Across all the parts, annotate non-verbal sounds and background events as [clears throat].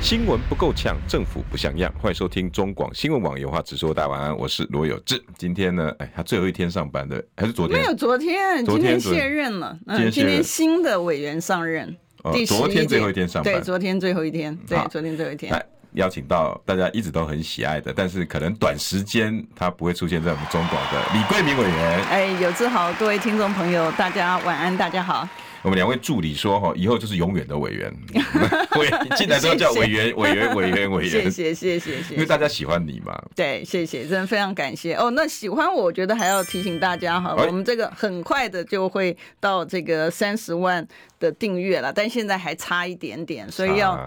新闻不够呛，政府不像样。欢迎收听中广新闻网有话直说，大家晚安，我是罗有志。今天呢，哎，他最后一天上班的，还是昨天？没有昨天，昨天天卸任了。嗯，今天今卸任天新的委员上任，哦第昨天11最后一天上班对，昨天最后一天，对好，昨天最后一天。来邀请到大家一直都很喜爱的，但是可能短时间他不会出现在我们中广的李桂明委员。哎，有志豪，各位听众朋友，大家晚安，大家好。我们两位助理说哈，哦以后就是永远的委 [laughs] 员，委进来都要叫委员、委员、委员、委谢员，谢谢谢谢哎因为谢。大家喜欢你嘛。对，谢谢，真的非常感谢哦。那喜欢我，我觉得还要提醒大家哈，哎我们这个很快的就会到这个三十万的订阅了，但现在还差一点点，所以要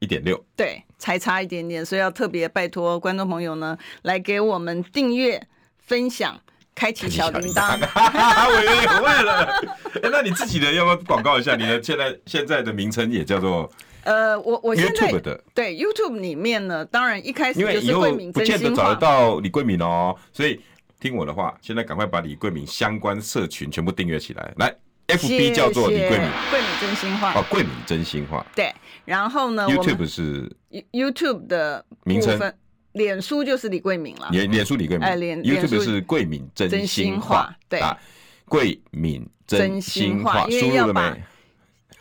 一点六，对，才差一点点，所以要特别拜托观众朋友呢，来给我们订阅、分享、开启小铃铛。 [laughs] 啊委员也会了。哎那你自己的要不要广告一下？你的现在现在的名称也叫做呃，我我现在 YouTube 的。对 YouTube 里面呢，当然一开 [laughs] 始因为就以是后慧敏不真见得心找得话。到李桂敏哦，所以听我的话，现在赶快把李桂敏相关社群全部订阅起来。来谢谢，FB 叫做李桂敏，桂敏真心话。哦，桂敏真心话对，然后呢，我们，YouTube 是 YouTube 的名部称分，脸书就是李桂敏了。脸脸书李桂敏哎脸脸，YouTube 书是桂敏真真心心话话，对啊，桂敏真真心心话话，因为输要入了把没？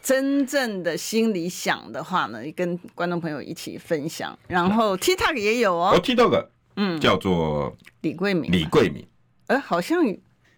真正的心里想的话呢，跟观众朋友一起分享。然后 TikTok 也有哦哦， ，TikTok 嗯，叫做李桂敏嘛。李桂敏，呃，好像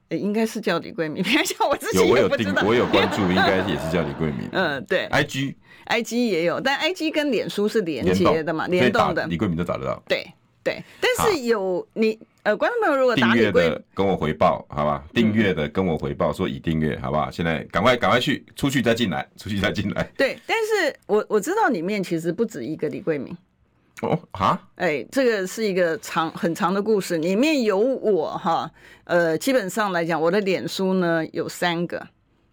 呃应该是叫李桂 [laughs] 敏，别像我自己有我也有不知订道。，我有关注，应该也是叫李桂敏。 [laughs] 嗯，对 IG ，IG 也有，但 IG 跟脸书是连联动接的嘛，所以联打动的李，桂敏都找得到。对对。好但是有你呃，观众朋友如果订打阅李桂的跟我回报，好吧？订阅的跟我回报，说已订阅，好不好？现在赶快赶快去出去再进来，出去再进来。对，但是我我知道里面其实不止一个李桂敏，哦哈，哎，这个是一个长很长的故事，里面有我哈，呃，基本上来讲，我的脸书呢有三个，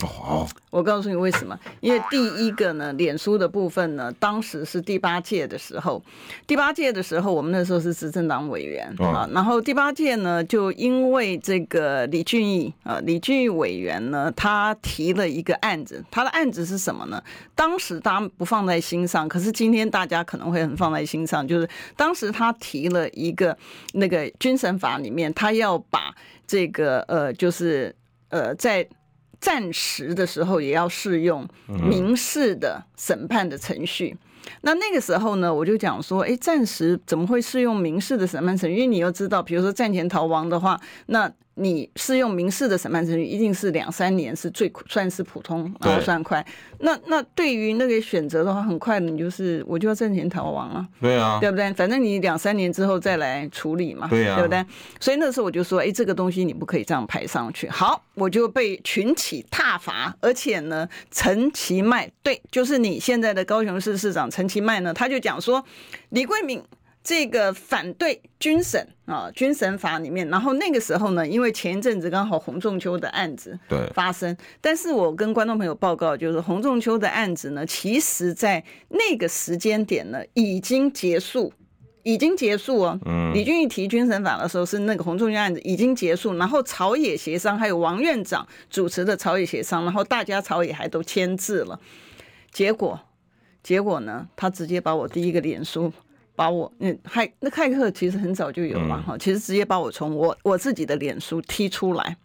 哦，我告诉你为什么？因为第一个呢，脸书的部分呢，当时是第八届的时候，第八届的时候，我们那时候是执政党委员、哦啊。然后第八届呢，就因为这个李俊义啊，李俊义委员呢，他提了一个案子，他的案子是什么呢？当时大家不放在心上，可是今天大家可能会很放在心上，就是当时他提了一个那个军神法里面，他要把这个呃，就是呃，在暂时的时候也要适用民事的审判的程序。那那个时候呢，我就讲说，哎，暂时怎么会适用民事的审判程序？因为你要知道，比如说战前逃亡的话，那你适用民事的审判程序，一定是两三年是最算是普通，对然后算快。那那对于那个选择的话，很快的，你就是我就要战前逃亡啊。对啊，对不对？反正你两三年之后再来处理嘛，对啊不对？所以那时候我就说，哎，这个东西你不可以这样排上去。好，我就被群起挞伐，而且呢，陈其迈，对，就是你现在的高雄市市长陈其迈呢，他就讲说，李桂敏。这个反对军审啊，军审法里面，然后那个时候呢，因为前一阵子刚好洪仲秋的案子，对，发生。但是我跟观众朋友报告，就是洪仲秋的案子呢，其实在那个时间点呢已经结束。已经结束哦，李俊义提军审法的时候是那个洪仲秋案子已经结束，然后朝野协商，还有王院长主持的朝野协商，然后大家朝野还都签字了，结果结果呢，他直接把我第一个脸书，把我嗯骇那骇客其实很早就有了哈，其实直接把我从我我自己的脸书踢出来，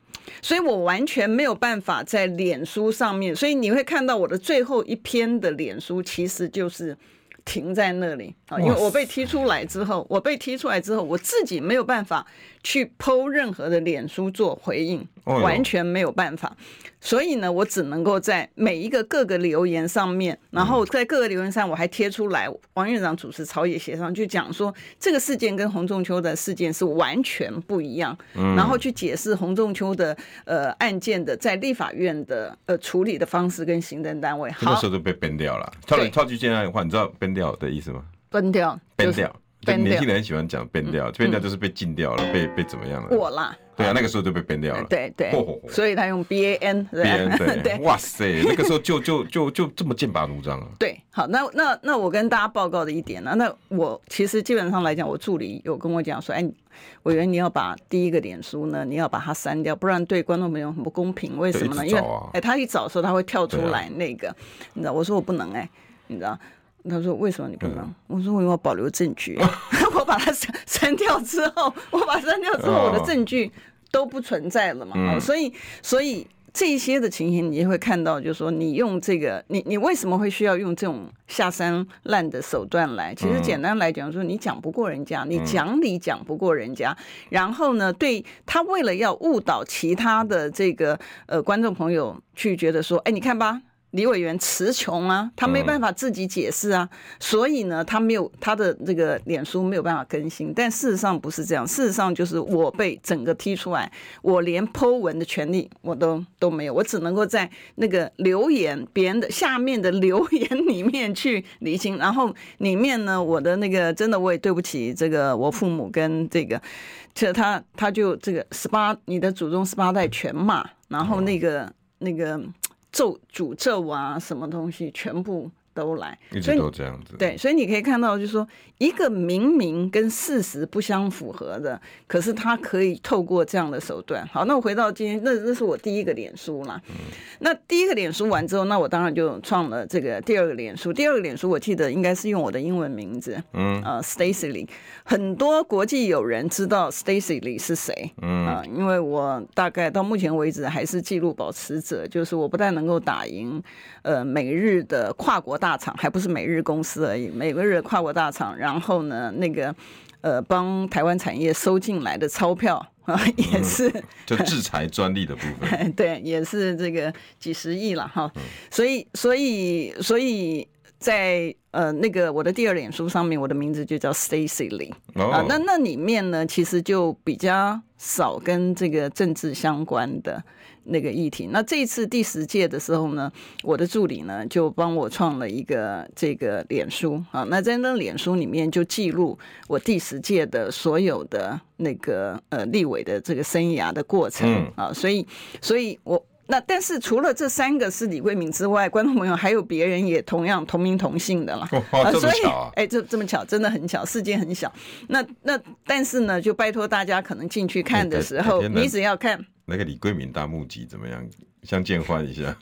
所以我完全没有办法在脸书上面，所以你会看到我的最后一篇的脸书其实就是。停在那里啊，因为我被踢出来之后，我被踢出来之后，我自己没有办法去剖任何的脸书做回应，哦哟完全没有办法。所以呢，我只能够在每一个各个留言上面，然后在各个留言上我还贴出来，王院长主持朝野协商，就讲说这个事件跟洪仲秋的事件是完全不一样，然后去解释洪仲秋的呃案件的在立法院的呃处理的方式跟行政单位。那好时，候就被编掉了。跳对跳去现在的话，你知道编掉的意思吗？崩掉，编就是掉， ban 年轻掉人很喜欢讲变掉，变掉就是被禁掉了，被被怎么样了？我啦，对啊，那个时候就被变掉了。对对嚯嚯，嚯所以他用 B A N 别人对， [laughs] 对哇塞，那个时候就就就就这么剑拔弩张啊！对，好，那那那我跟大家报告的一点呢、那我其实基本上来讲，我助理有跟我讲说，哎，委员你要把第一个脸书呢，你要把它删掉，不然对观众朋友很不公平。为什么呢？对一直因为找啊哎，他一找的时候他会跳出对啊来那个，你知道，我说我不能哎、你知道。他说：“为什么你不能？”我说：“我要保留证据。我把它删 [laughs] 删掉之后，我把它删掉之后，我的哦证据都不存在了嘛。哦所以，所以这些的情形，你就会看到，就是说，你用这个，你你为什么会需要用这种下三滥的手段来？其实简单来讲，说你讲不过人家，你讲理讲不过人家，然后呢，对他为了要误导其他的这个呃观众朋友去觉得说，哎，你看吧。李委员词穷啊，他没办法自己解释啊，所以呢，他没有他的这个脸书没有办法更新。但事实上不是这样，事实上就是我被整个踢出来，我连 Po 文的权利我都都没有，我只能够在那个留言别人的下面的留言里面去理清。然后里面呢，我的那个真的我也对不起这个我父母跟这个，这他他就这个十八你的祖宗十八代全骂，然后那个、那个。咒诅咒啊，什么东西全部都来，一所直以都这 [laughs] 样子。对，所以你可以看到，就是说一个明明跟事实不相符合的，可是他可以透过这样的手段。好，那我回到今天，那那是我第一个脸书啦。嗯那第一个脸书完之后，那我当然就创了这个第二个脸书。第二个脸书我记得应该是用我的英文名字，嗯，呃，Stacy Lee。很多国际友人知道 Stacy Lee 是谁，嗯、因为我大概到目前为止还是纪录保持者，就是我不但能够打赢呃美日的跨国大厂，还不是美日公司而已，美日的跨国大厂，然后呢那个呃帮台湾产业收进来的钞票。啊，也是、哎就制裁专利的部 [laughs] 分，对，也是这个几十亿了哈。所以，所以，所以在呃那个我的第二脸书上面，我的名字就叫 Stacy Lee 哦啊。那那里面呢，其实就比较少跟这个政治相关的那个议题。那这一次第十届的时候呢，我的助理呢就帮我创了一个这个脸书啊。那在那脸书里面就记录我第十届的所有的那个呃立委的这个生涯的过程。嗯啊，所以，所以我那但是除了这三个是李桂明之外，观众朋友还有别人也同样同名同姓的啦。哇，啊，这所么以巧啊！哎，这这么巧，真的很巧，世界很小。那那但是呢，就拜托大家，可能进去看的时候，哎改改天呢你只 [laughs] 要看，那个李桂敏大募集怎么样？相见欢一下，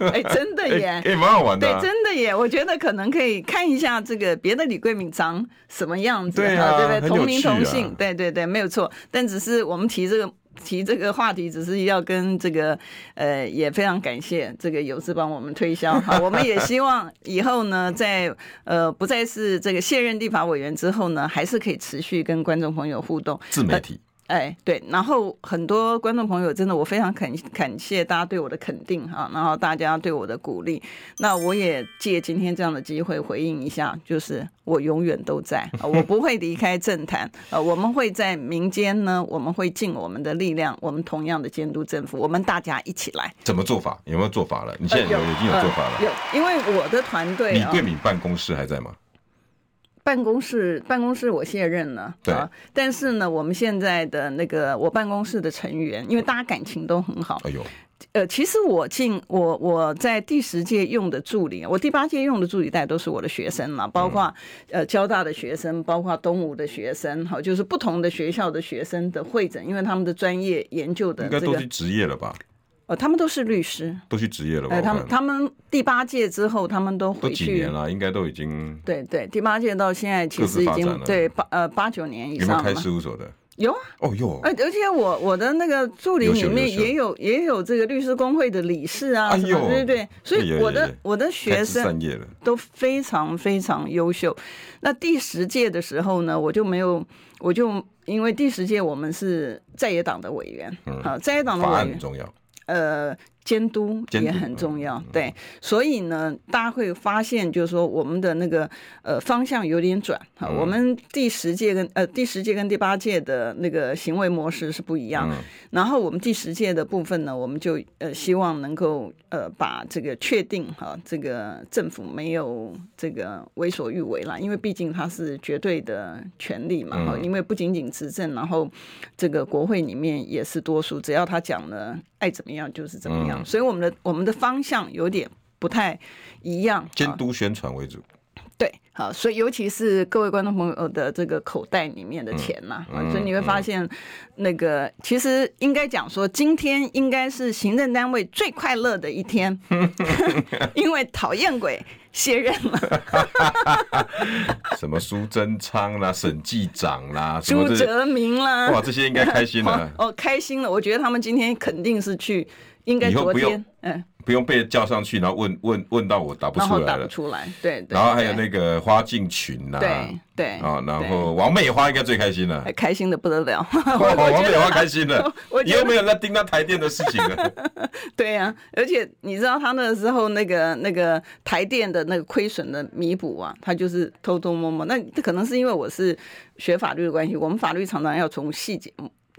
哎，真的耶。哎，蛮好玩的对，啊。真的耶！我觉得可能可以看一下这个别的李桂敏长什么样子，对啊对不很有对？同名趣啊同姓，对对对，没有错。但只是我们提这个提这个话题，只是要跟这个呃，也非常感谢这个有志帮我们推销 [laughs] 哈。我们也希望以后呢，在呃不再是这个卸任立法委员之后呢，还是可以持续跟观众朋友互动。自媒体，哎，对，然后很多观众朋友真的，我非常感感谢大家对我的肯定哈、然后大家对我的鼓励。那我也借今天这样的机会回应一下，就是我永远都在，啊我不会离开政坛，呃，我们会在民间呢，我们会尽我们的力量，我们同样的监督政府，我们大家一起来。怎么做法？有没有做法了？你现在有呃已经有做法了。呃有，因为我的团队李啊、桂敏办公室还在吗？办公室办公室我卸任了，对啊，但是呢，我们现在的那个我办公室的成员，因为大家感情都很好，哎呦，呃，其实我进我我在第十届用的助理，我第八届用的助理带都是我的学生嘛，嗯包括、呃交大的学生，包括东吴的学生，哈，就是不同的学校的学生的会诊，因为他们的专业研究的应这该都个去，职业了吧？呃，他们都是律师，都去职业了吧？呃，我他看们他们第八届之后，他们都哦都回几去年。了，应该都已经对对，第八届到现在其各自实已发展经了对八呃八九年以有没有上开了嘛，事务所的？有啊，哦哟，而而且我我的那个助理优秀里面优秀也有也有这个律师工会的理事啊，哎什呦么对对对，所哎以呦我哎呦哎的呦我的学开枝生散叶了。都非常非常优秀。那第十届的时候呢，我就没有，我就因为第十届我们是在野党的委员啊，在野党嗯的法案委很员，重要，呃，监督监督嗯也很重要。对，所以呢，大家会发现，就是说我们的那个呃方向有点转哈、嗯我们第十届跟呃第十届跟第八届的那个行为模式是不一样的。然后我们第十届的部分呢，我们就呃希望能够呃把这个确定哈、这个政府没有这个为所欲为啦，因为毕竟它是绝对的权利嘛哈、因为不仅仅执政，然后这个国会里面也是多数，只要他讲了爱怎么样就是怎么样，所以我们的我们的方向有点不太一样，监啊督宣传为主，对，好，所以尤其是各位观众朋友的这个口袋里面嗯的钱呐、啊所以你会发现，那个其实应该讲说，今天应该是行政单位最快乐的一 [laughs] 天，因为讨厌鬼卸任了，什么苏贞昌啦、审计长啦，什么朱这些，泽明啦，哇，这些应该开心哦了，哦，开心了，我觉得他们今天肯定是去，应该以后昨不用天，嗯，不用被叫上去，然后问问问到我答不然出后来打不了。出来，对对，然后还有对那个花敬群呐，对对啊，然哎对后王美花应该最开心了哎。开心的不得了，哇， [laughs] 我王觉美得花他开心了 [laughs] 我，以觉得后没有人在盯他台电的事情了。 [laughs] [laughs] 对呀、而且你知道他那个时候那个那个台电的那个亏损的弥补啊，他就是偷偷摸摸。那可能是因为我是学法律的关系，我们法律常常要从细节，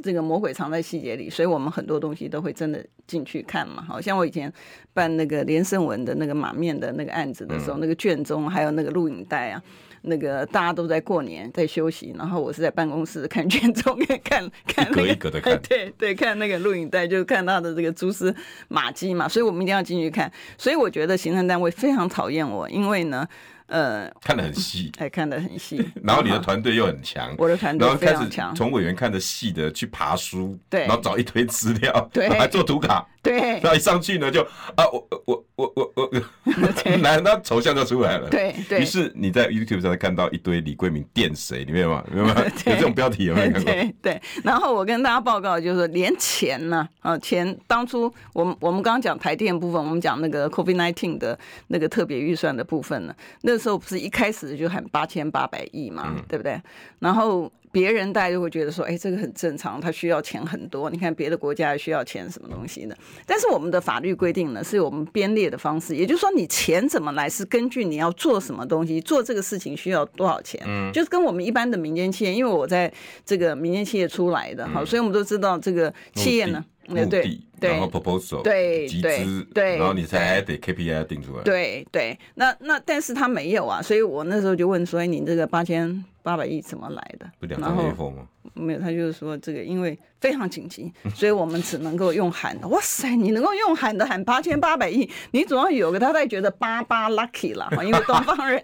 这个魔鬼藏在细节里，所以我们很多东西都会真的进去看嘛。好像我以前办那个连胜文的那个马面的那个案子的嗯时候，那个卷宗还有那个录影带啊。那个大家都在过年，在休息，然后我是在办公室看卷宗， [laughs] 看看那个，一格一格 [laughs] 地看对对，看那个录影带，就是看他的这个蛛丝马迹嘛，所以我们一定要进去看。所以我觉得行政单位非常讨厌我，因为呢，呃，看得很细，，哎，看得很细 [laughs] 然后你的团队又很强，我的团队然后非开常始强，从委员看的细的去爬书，对然后找一堆资料， [laughs] 对哎还做图卡，对然后一上去呢就啊我我我我我， [laughs] 我 [laughs] 那那头像就出来了。对对于是你在 YouTube 上看到一堆李桂明电谁，你没有吗？有没 [laughs] 有？有这种标题有没有看过？对对，然后我跟大家报告，就是说连钱呢、啊，钱当初我们我们刚刚讲台电部分，我们讲那个 COVID nineteen 的那个特别预算的部分呢，那时候不是一开始就喊八千八百亿嘛，嗯对不对？然后别人大家就会觉得说，哎，这个很正常，他需要钱很多。你看别的国家需要钱什么东西的，但是我们的法律规定呢，是我们编列的方式，也就是说，你钱怎么来是根据你要做什么东西，做这个事情需要多少钱，嗯，就是跟我们一般的民间企业，因为我在这个民间企业出来的，好，所以我们都知道这个企业呢，嗯目的呃目对的对然后 proposal，对集对资，对然后你才得 KPI 定出来。对对，那那但是他没有啊，所以我那时候就问说，哎你这个八千八百亿怎么来的？不两然张后 A4 吗？没有，他就是说这个因为非常紧急，所以我们只能够用喊的。哇塞，你能够用喊的喊八千八百亿，你总要有个他才觉得八八 lucky 啦，因为东方人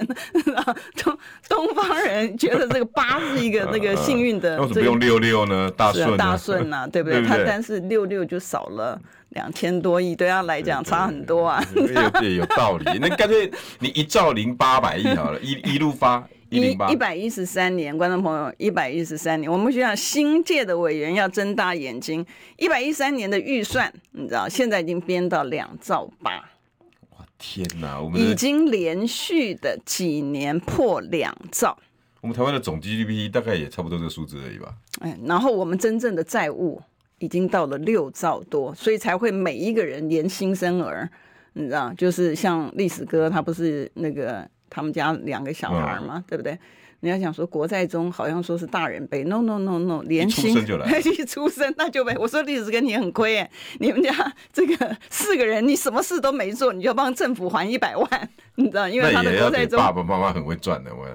东东方人觉得这个八是一个那个幸运呃的 [laughs] 那为什么不这个用六六 [laughs] 呢？大是顺啊，呢 [laughs] 大顺呐、对不对？对不他对但是六六就少了两千多亿，对他来讲差很多啊。对有有有道理。那干脆你一兆零八百亿好了，一一路发一 [laughs] 一零八一。百一十三年，观众朋友，一百一十三年，我们学校新界的委员要睁大眼睛，一百一三年的预算，你知道，现在已经编到两兆八，哇天哪，我们已的经连续的几年破两兆。我们台湾的总 GDP 大概也差不多这个数字而已吧。哎，然后我们真正的债务已经到了六兆多，所以才会每一个人连新生儿，你知道，就是像历史哥他不是那个他们家两个小嗯孩嘛，对不对？你要想说国债中好像说是大人背，no no no no，连新一出生就来 [laughs] 一出生那就背。我说历史哥你很亏哎，你们家这个四个人你什么事都没做，你就帮政府还一百万，你知道，因为他那的也国要债得中爸爸妈妈很会赚的，我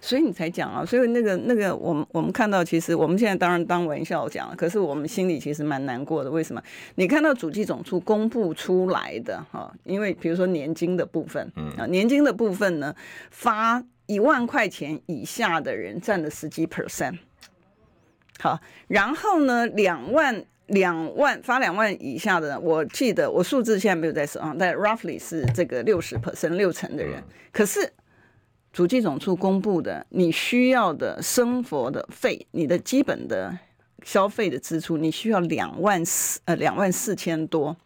所以你才讲啊，所以那个那个，我们我们看到，其实我们现在当然当玩笑讲，可是我们心里其实蛮难过的。为什么？你看到主计总处公布出来的哈，因为比如说年金的部分，啊，年金的部分呢，发一万块钱以下的人占了十几 percent，好，然后呢，两万。两万发两万以下的，我记得我数字现在没有在手上，但 roughly 是这个六十 percent 六成的人，可是主计总处公布的你需要的生活的费，你的基本的消费的支出，你需要两万四呃两万四千多，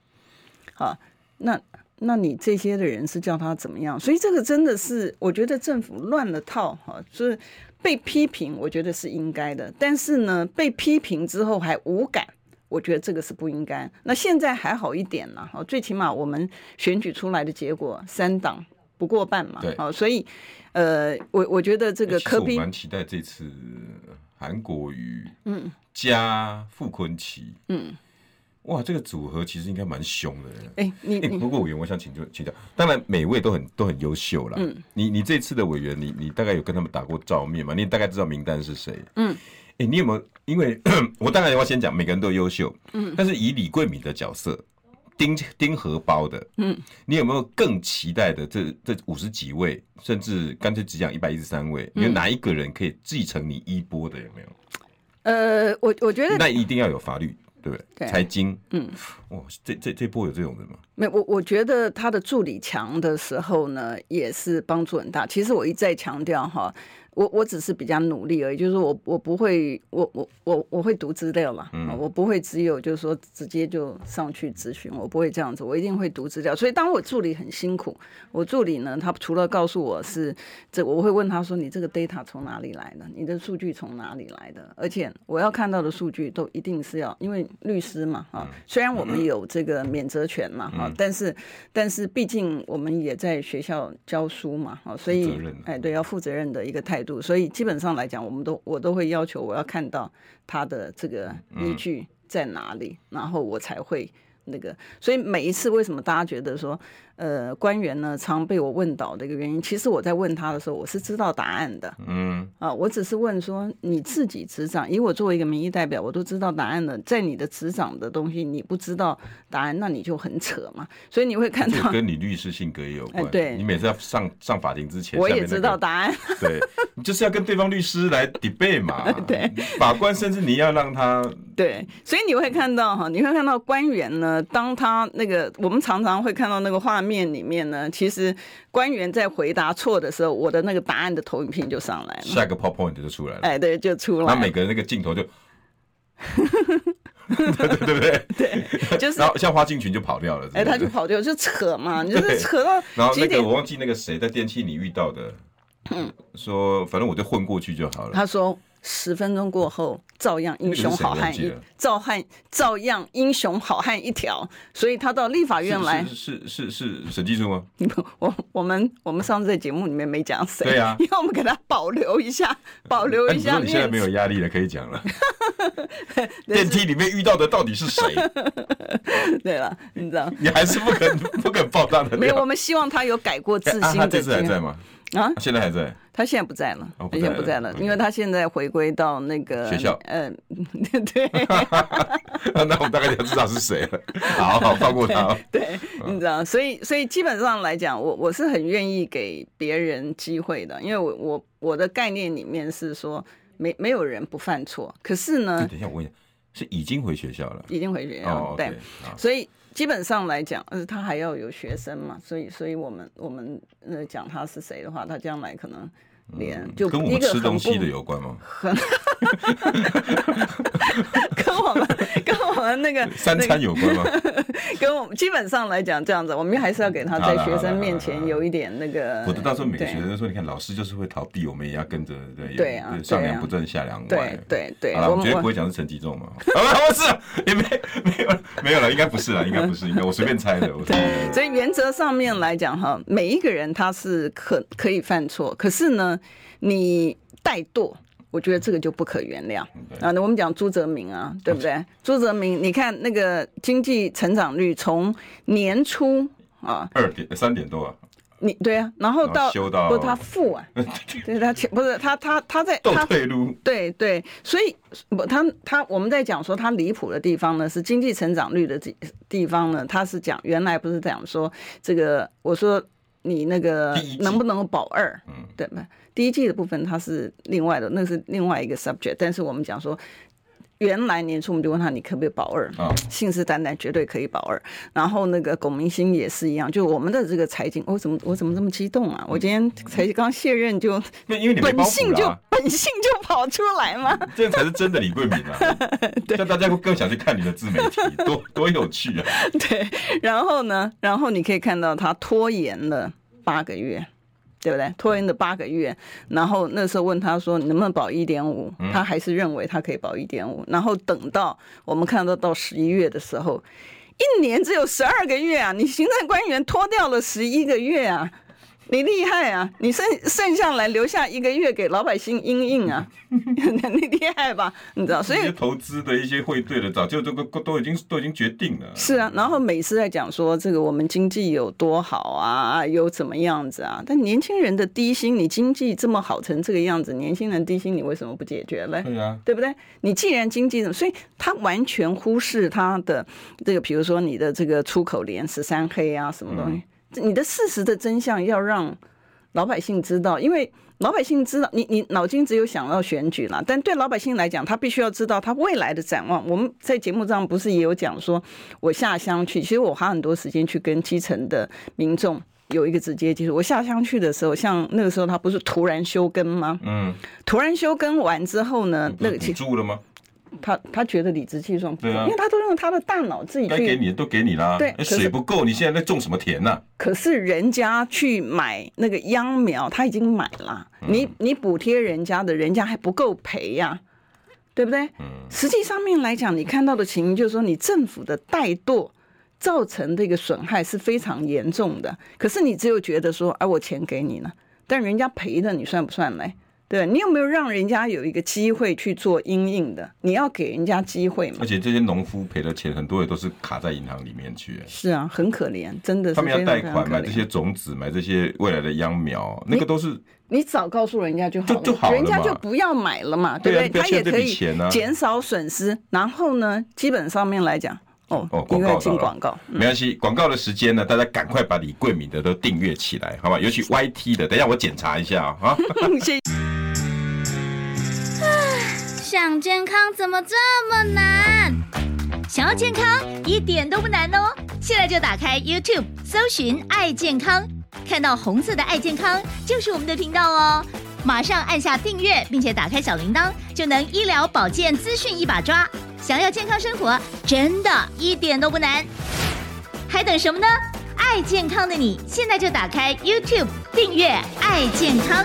啊，那那你这些的人是叫他怎么样？所以这个真的是，我觉得政府乱了套哈、就是被批评，我觉得是应该的，但是呢，被批评之后还无感。我觉得这个是不应该。那现在还好一点了，哦，最起码我们选举出来的结果三党不过半嘛对，哎哦，所以，呃，我我觉得这个其实科我比，蛮期待这次韩国瑜，嗯，加傅昆奇，嗯，哇，这个组合其实应该蛮凶的。哎，你哎、你不过委员，我想请教请教，当然每位都很都很优秀啦。嗯，你你这次的委员，你你大概有跟他们打过照面嘛？你大概知道名单是谁？嗯，哎、你有没有？因为 [coughs] 我当然要先讲，每个人都优秀，嗯，但是以李桂敏的角色。盯盯荷包的，嗯，你有没有更期待的这这五十几位，甚至干脆只讲一百一十三位，你有哪一个人可以继承你衣钵的？有没有？呃，我我觉得那一定要有法律，对不嗯对？对财经，嗯，哇，这这这波有这种人吗？没有，我我觉得他的助理强的时候呢，也是帮助很大。其实我一再强调哈，我我只是比较努力而已，就是我我不会，我我我我会读资料嘛，啊我不会只有就是说直接就上去咨询，我不会这样子，我一定会读资料。所以当我助理很辛苦，我助理呢，他除了告诉我是这，我会问他说你这个 data 从哪里来的，你的数据从哪里来的，而且我要看到的数据都一定是要，因为律师嘛啊，嗯虽然我们有这个免责权嘛啊，但是但是毕竟我们也在学校教书嘛啊，所负责以任啊哎对，要负责任的一个态度，所以基本上来讲，我们都我都会要求我要看到他的这个嗯依据在哪里，然后我才会。那个，所以每一次为什么大家觉得说，呃，官员呢常被我问倒的一个原因，其实我在问他的时候，我是知道答案的嗯，啊，我只是问说你自己执掌，以我作为一个民意代表，我都知道答案了，在你的执掌的东西你不知道答案，那你就很扯嘛，所以你会看这 [laughs] 到跟你律师性格也有关。哎对你每次要上上法庭之前，我下也面那知个道答案， [laughs] 对，你就是要跟对方律师来 debate 嘛。对，法官甚至你要让他对，所以你会看到哈，你会看到官员呢，当他那个，我们常常会看到那个画面里面呢，其实官员在回答错的时候，我的那个答案的投影片就上来了，下个 PowerPoint 就出来了，哎，对，就出那来每了，个人那个镜头就， [laughs] 对对对不对？就是然。后像花敬群就跑掉了，哎，他是就不是跑掉，就扯嘛，你就是对扯到然后几那点嗯个？我忘记那个谁在电器里遇到的，说反正我就混过去就好了。他说十分钟过后，照样英雄好汉那个是谁一忘记了，照汉照样英雄好汉一条。所以他到立法院来，是是是是是审计处吗？我我们我们上次在节目里面没讲谁，对啊因为我们给他保留一下，保 [laughs] 留哎一你说下你现在面没子。有压力了，可以讲 [laughs] 了。电梯里面遇到的到底是 [laughs] 谁？对了，你知道。你还是不肯不肯爆炸的料。没有，我们希望他有改过自呃啊哎啊新他的这经次还验。在吗？啊，现在还在。 [laughs] 他现在不在了，哦不他在现在不在了，了因为他现在回归到那个学校嗯， [laughs] [laughs] 对那我们大概就知道是谁了。好好放过他。对，嗯你知道，所以所以基本上来讲，我我是很愿意给别人机会的，因为我我我的概念里面是说，没没有人不犯错，可是呢，哎等一下，我问一下，是已经回学校了？已经回学校了，嗯哦，对。 OK，好，所以基本上来讲，呃，他还要有学生嘛，所以所以我们我们呃讲他是谁的话，他将来可能连、就嗯跟我一们个吃很东西不的有关 [laughs] 吗？跟我们跟我们那个 [laughs] 三那个餐有关吗？ [laughs] 跟我们基本上来讲这样子，我们还是要给他好在了学好了生面好前了有一点那个，否则到时候每个对学生说，你看老师就是会逃避，我们也要跟着对对啊对啊上梁不正下梁哎歪对。对对，好了，我我们绝们对不我会讲是陈吉仲嘛。 [laughs] 好了，不是，也没没有了没有了，应该不是了，应该不是，应该我随便猜的，我随便猜的。所以原则上面来讲哈，每一个人他是可可以犯错，可是呢，你怠惰。我觉得这个就不可原谅啊！那我们讲朱泽明啊，对不对？朱泽明，你看那个经济成长率从年初啊，二点三点多啊，你对啊，然后然到后哦修到不 [laughs] 是他负啊，对他前不是他他他在斗他退路。对对，所以不，他他我们在讲说他离谱的地方呢，是经济成长率的地地方呢，他是讲原来不是讲说这个，我说你那个第一季能不能够保二，嗯，对吧？第一季的部分它是另外的，那是另外一个 subject，但是我们讲说。原来年初我们就问他你可不可以保二啊信誓旦旦绝对可以保二。然后那个龚明星也是一样，就我们的这个财经，我哦怎么我怎么这么激动啊？我今嗯天才刚卸任就那因为你没本包性袱啊就啦，本性就跑出来嘛。 [laughs] 这才是真的李桂敏啊！让大家会更想去看你的自媒体， [laughs] 多多有趣啊！对，然后呢，然后你可以看到他拖延了八个月，对不对？拖延了八个月，然后那时候问他说你能不能保一点五，嗯他还是认为他可以保一点五。然后等到我们看到到十一月的时候，一年只有十二个月啊！你行政官员拖掉了十一个月啊！你厉害啊！你剩剩下来留下一个月给老百姓应应啊， [laughs] 你厉害吧？你知道，所一些以投资的一些汇兑的，早就都都都已经都已经决定了。是啊。然后每次在讲说这个我们经济有多好啊，有怎么样子啊？但年轻人的低薪，你经济这么好成这个样子，年轻人低薪你为什么不解决嘞？对啊，对不对？你既然经济怎么，所以他完全忽视他的这个，比如说你的这个出口连十三黑啊，什么东西，这你的事实的真相要让老百姓知道，因为老百姓知道你你脑筋只有想到选举啦，但对老百姓来讲，他必须要知道他未来的展望。我们在节目上不是也有讲说，我下乡去，其实我花很多时间去跟基层的民众。有一个直接接触。我下乡去的时候，像那个时候他不是突然休耕吗？嗯，突然休耕完之后呢，那那个其你住了吗？他他觉得理直气壮不够，对啊因为他都用他的大脑自己该给去。你的都给你啦。对哎可是水不够，你现在在种什么田啊呐？可是人家去买那个秧苗，他已经买了，嗯你你补贴人家的，人家还不够赔呀、对不对？嗯实际上面来讲，你看到的情形就是说，你政府的怠惰造成的一个损害是非常严重的。可是你只有觉得说，哎、我钱给你了，但人家赔的你算不算嘞？对你有没有让人家有一个机会去做阴应的？你要给人家机会嘛而？且这些农夫赔的钱，很多也都是卡在银行里面去。哎是啊，很可怜，真的是他们要非常贷非常款可买怜嗯这些种子，买这些未来的秧苗，那个都是你早告诉人家就好了，就就好了嘛人家就不要买了嘛，对啊你不对？不要他也欠这可笔以钱啊减少损失。然后呢，基本上面来讲，哦，哦广告因为到进了广告， [laughs] 没关系。广告的时间呢，大家赶快把李桂敏的都订阅起来，好吧？尤其 YT 的，等一下我检查一下啊啊。谢谢。想健康怎么这么难？想要健康一点都不难哦！现在就打开 YouTube 搜寻“爱健康”，看到红色的“爱健康”就是我们的频道哦。马上按下订阅，并且打开小铃铛，就能医疗保健资讯一把抓。想要健康生活，真的一点都不难，还等什么呢？爱健康的你，现在就打开 YouTube 订阅“爱健康”。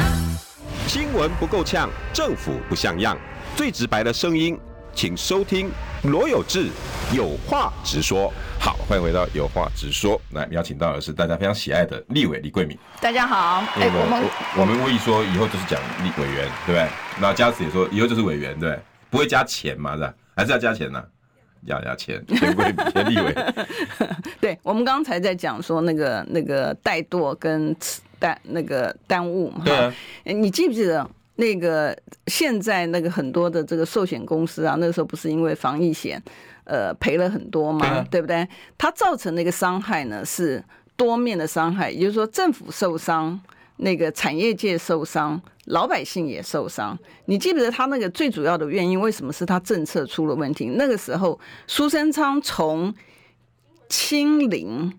新闻不够呛，政府不像样，最直白的声音，请收听罗有志有话直说。好，欢迎回到有话直说。来，邀请到的是大家非常喜爱的立委李桂敏。大家好，哎，我们我我们无意说以后就是讲立委员，对不对？然后嘉慈也说以后就是委员，对不对？不会加钱嘛，是吧？还是要加钱呢、要加钱，钱贵比钱立 [laughs] 委。对我们刚才在讲说那个那个怠惰跟耽那个耽误嘛，对啊，你记不记得那个现在那个很多的这个寿险公司啊，那个时候不是因为防疫险，呃，赔了很多嘛，对啊对不对？它造成的一个伤害呢是多面的伤害，也就是说政府受伤，那个产业界受伤，老百姓也受伤。你记不记得他那个最主要的原因为什么是他政策出了问题？那个时候苏贞昌从清零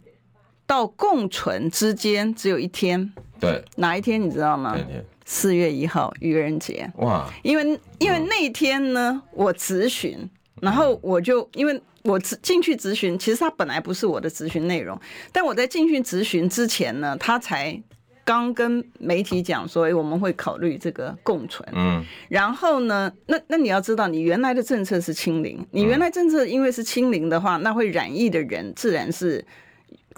到共存之间只有一天，对，哪一天你知道吗那？天四月一号愚人节，哇，因为因嗯为那一天呢，我咨询，然后我就因为我咨进去咨询，其实它本来不是我的咨询内容，但我在进去咨询之前呢，他才刚跟媒体讲说，哎，我们会考虑这个共存，嗯，然后呢，那那你要知道，你原来的政策是清零，你嗯原来政策因为是清零的话，那会染疫的人自然是。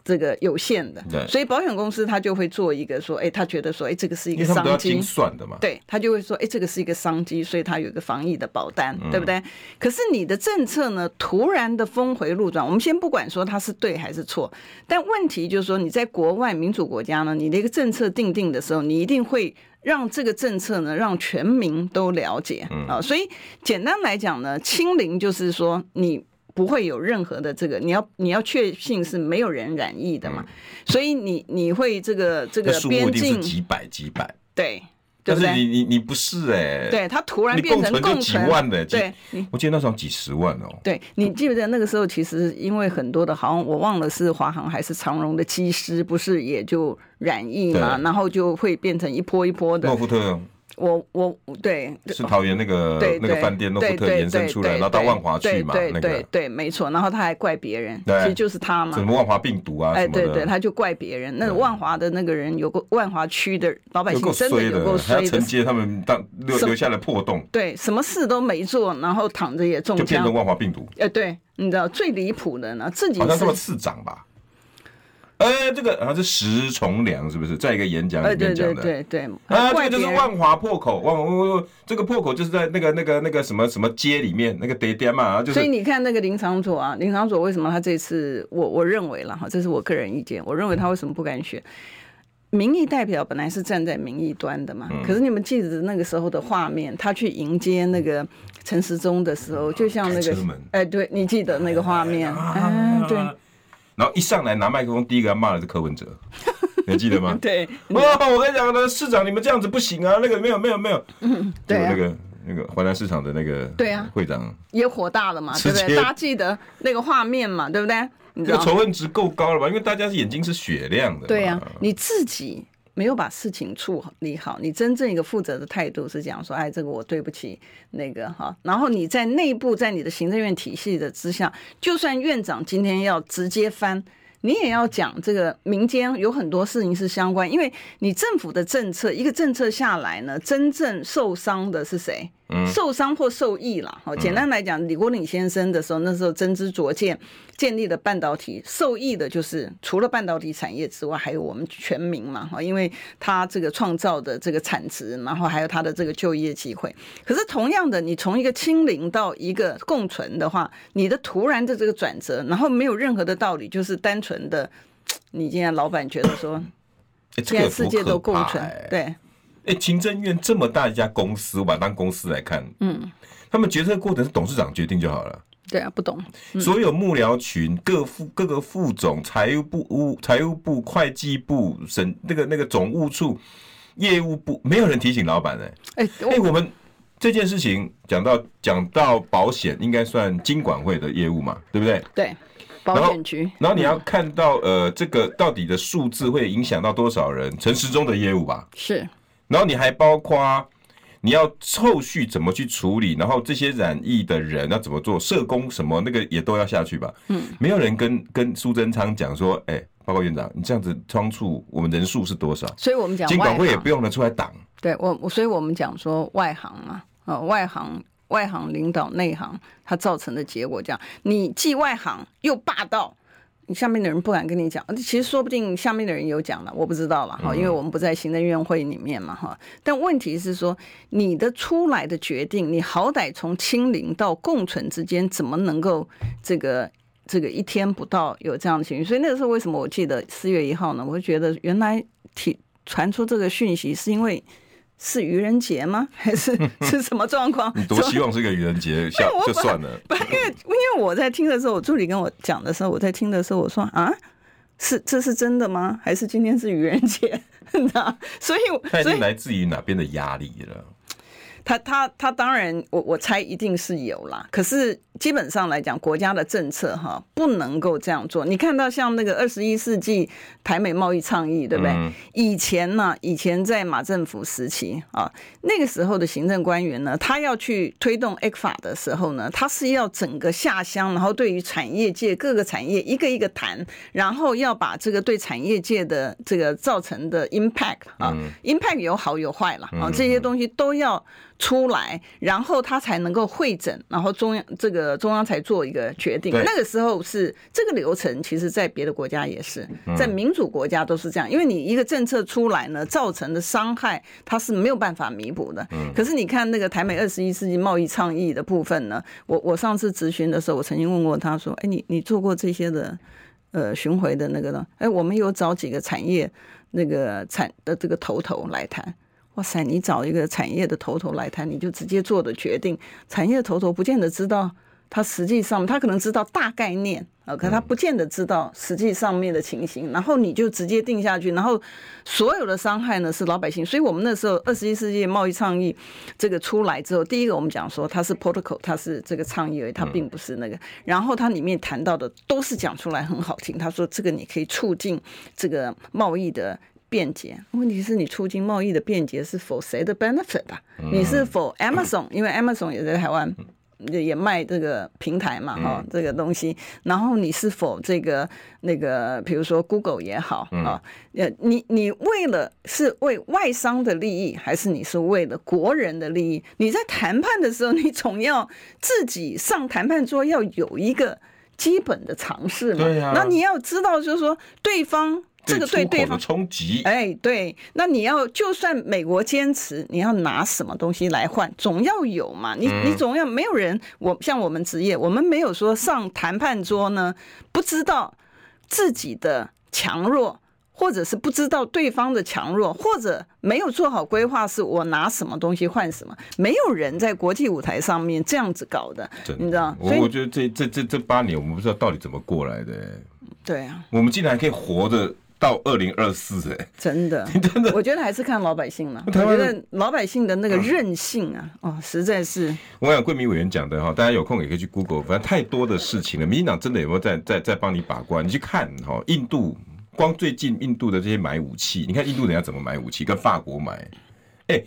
这个有限的，对所以保险公司他就会做一个说，哎，他觉得说，哎，这个是一因为个他们都要商机，精算的嘛。对他就会说，哎，这个是一个商机，所以他有一个防疫的保单，嗯对不对？可是你的政策呢，突然的峰回路转，我们先不管说它是对还是错，但问题就是说，你在国外民主国家呢，你的一个政策定定的时候，你一定会。让这个政策呢，让全民都了解嗯啊，所以简单来讲呢，清零就是说你不会有任何的这个，你要你要确信是没有人染疫的嘛，所以你你会这个这嗯那个数目边一定境是几百几百，对对但不是对？你你你不是哎、对，它突然你变共成存就共几万的、对，几你我记得那时候几十万哦、对你记不记得那个时候，其实因为很多的，好像我忘了是华航还是长荣的机师，不是也就染疫嘛，对然后就会变成一波一波的诺。夫特我我对哦是桃园那个对那个饭店诺对福特对延伸对出来，对然后到对万华去对嘛，对那对个对，没错。然后他还怪别人，对其实就是他嘛什。么万华病毒啊哎，什么对对，的，他就怪别人。那对万华的那个人有个万华区的老百有够姓真的衰有的，够还要衰承的，接他们当留什么留下的破洞，对，什么事都没做，然后躺着也中就变枪成。万华病毒，哎，对，你知道最离谱的呢，自己好像是什么次长吧。哎，这个好像是石崇良，是不是？在一个演讲哎，里对面对讲的，对对，啊，这个还怪就别是人。万华破口，万万这个破口就是在那个那个那个什么什么街里面那个地点嘛，然后就所以是你看那个林长佐啊，林长佐为什么他这次我我认为了哈，这是我个人意见，我认为他为什么不敢选？民意代表本来是站在民意端的嗯嘛，可是你们记得那个时候的画面，他去迎接那个陈时中的时候，就像那啊开个车门啊哎，对你记得那个画面，哎，对然后一上来拿麦克风，第一个要骂的是柯文哲， [laughs] 你还记得吗？对哦，我跟你讲呢，市长你们这样子不行啊，那个没有没有没有，对啊就那个那个华南市场的那个对啊会长，也火大了嘛，对不直接对？大家记得那个画面嘛，对不对？你知这个道仇恨值够高了吧？因为大家眼睛是雪亮的嘛，对呀、啊你自己没有把事情处理好，你真正一个负责的态度是讲说，哎，这个我对不起那个哈。然后你在内部，在你的行政院体系的之下，就算院长今天要直接翻。你也要讲这个民间有很多事情是相关，因为你政府的政策，一个政策下来呢，真正受伤的是谁？嗯受伤或受益啦。好，简单来讲，李国鼎先生的时候，那时候真知灼见，建立了半导体，受益的就是除了半导体产业之外，还有我们全民嘛，哈，因为他这个创造的这个产值，然后还有他的这个就业机会。可是同样的，你从一个清零到一个共存的话，你的突然的这个转折，然后没有任何的道理，就是单纯的，你今天老板觉得说，哎 [coughs] 这现个有在多世界都共可存怕哎，对。哎、行政院这么大一家公司，我把它当公司来看，嗯，他们决策过程是董事长决定就好了。对啊，不懂，所有幕僚群、各副各个副总、财务部、务财务部、会计部、审那个那个总务处、业务部，没有人提醒老板哎、哎、哎、我我们这件事情讲到讲到保险，应该算金管会的业务嘛，对不对？对，保险局，然后你要看到呃，这个到底的数字会影响到多少人？陈时中的业务吧，是然后你还包括你要后续怎么去处理，然后这些染疫的人要怎么做，社工什么那个也都要下去吧。嗯，没有人跟跟苏贞昌讲说，哎、报告院长，你这样子仓促，我们人数是多少？所以我们讲监外管行，会也不用得出来挡，对我，我所以我们讲说外行嘛，呃，外行外行领导内行，它造成的结果这样，你既外行又霸道。你下面的人不敢跟你讲，其实说不定下面的人有讲了，我不知道了哈，嗯因为我们不在行政院会里面嘛哈。但问题是说，你的出来的决定，你好歹从清零到共存之间，怎么能够这个这个一天不到有这样的情绪？所以那个时候为什么我记得四月一号呢？我就觉得原来提传出这个讯息是因为是愚人节吗？[laughs] 还是是什么状况？你多希望是个愚人节下我就算了。不，因为因为我在听的时候，我助理跟我讲的时候，我在听的时候，我说啊，是这是真的吗？还是今天是愚人节？ [laughs] 你知道所他以已 [laughs] 所经以来自于哪边的压力了？他他他当然，我我猜一定是有啦。可是基本上来讲，国家的政策哈不能够这样做。你看到像那个二十一世纪台美贸易倡议，对不对？嗯以前呢、以前在马政府时期啊，那个时候的行政官员呢，他要去推动 e c f a 的时候呢，他是要整个下乡，然后对于产业界各个产业一个一个谈，然后要把这个对产业界的这个造成的 impact 啊、i m p a c t 有好有坏了啊，这些东西都要出来，然后他才能够会诊，然后中央这个中央才做一个决定。对那个时候是这个流程，其实在别的国家也是，在民主国家都是这样，因为你一个政策出来呢，造成的伤害它是没有办法弥补的。可是你看那个台美二十一世纪贸易倡议的部分呢，我我上次咨询的时候，我曾经问过他说：“哎，你你做过这些的？”呃巡回的那个呢，哎，我们有找几个产业那个产的这个头头来谈。哇塞，你找一个产业的头头来谈，你就直接做的决定，产业头头不见得知道。他实际上，他可能知道大概念啊，呃可他不见得知道实际上面的情形。然后你就直接定下去，然后所有的伤害呢是老百姓。所以我们那时候二十一世纪贸易倡议这个出来之后，第一个我们讲说它是 protocol，它是这个倡议而已，它并不是那个。然后它里面谈到的都是讲出来很好听，他说这个你可以促进这个贸易的便捷，问题是你促进贸易的便捷是否谁的 benefit 啊？嗯你是否 Amazon？因为 Amazon 也在台湾。也也卖这个平台嗯嘛，哈、这个东西。然后你是否这个那个，比如说 Google 也好嗯啊，呃、你你为了是为外商的利益，还是你是为了国人的利益？你在谈判的时候，你总要自己上谈判桌要有一个基本的常识嘛。对呀那你要知道，就是说对方这个对出口对的方冲击，哎，对，那你要就算美国坚持，你要拿什么东西来换，总要有嘛。你嗯你总要没有人，我像我们职业，我们没有说上谈判桌呢，不知道自己的强弱，或者是不知道对方的强弱，或者没有做好规划，是我拿什么东西换什么，没有人在国际舞台上面这样子搞的，真的哎你知道？所我我以觉得这这这这八年，我们不知道到底怎么过来的、哎对啊，我们竟然还可以活着到二零二四，哎，真的， [laughs] 真的我觉得还是看老百姓了。我台湾觉得老百姓的那个韧性啊，哦，实在是。我想桂明委员讲的哈，大家有空也可以去 Google，反正太多的事情了。民进党真的有没有在在在帮你把关？你去看哈，印度光最近印度的这些买武器，你看印度人家怎么买武器，跟法国买，哎、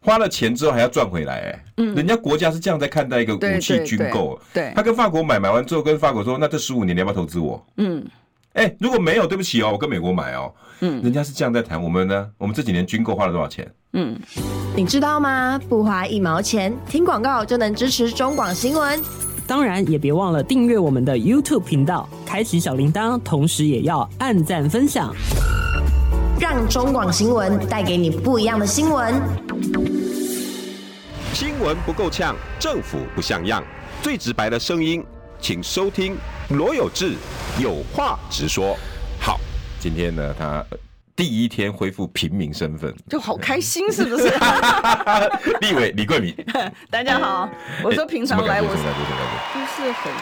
花了钱之后还要赚回来、哎，嗯，人家国家是这样在看待一个武器对对军购，对对他跟法国买，买完之后跟法国说，那这十五年你要不要投资我？嗯。哎、如果没有，对不起哦，我跟美国买哦。嗯，人家是这样在谈，我们呢？我们这几年军购花了多少钱？你知道吗？不花一毛钱，听广告就能支持中广新闻。当然也别忘了订阅我们的 YouTube 频道，开启小铃铛，同时也要按赞分享。让中广新闻带给你不一样的新闻。新闻不够呛，政府不像样，最直白的声音，请收听罗有志有话直说。好，今天呢，他呃第一天恢复平民 [laughs] 身份，就好开心，是 [laughs] 不是？立委李 [laughs] 桂敏，大家好，我说平常来哎我什么感觉什么感觉什么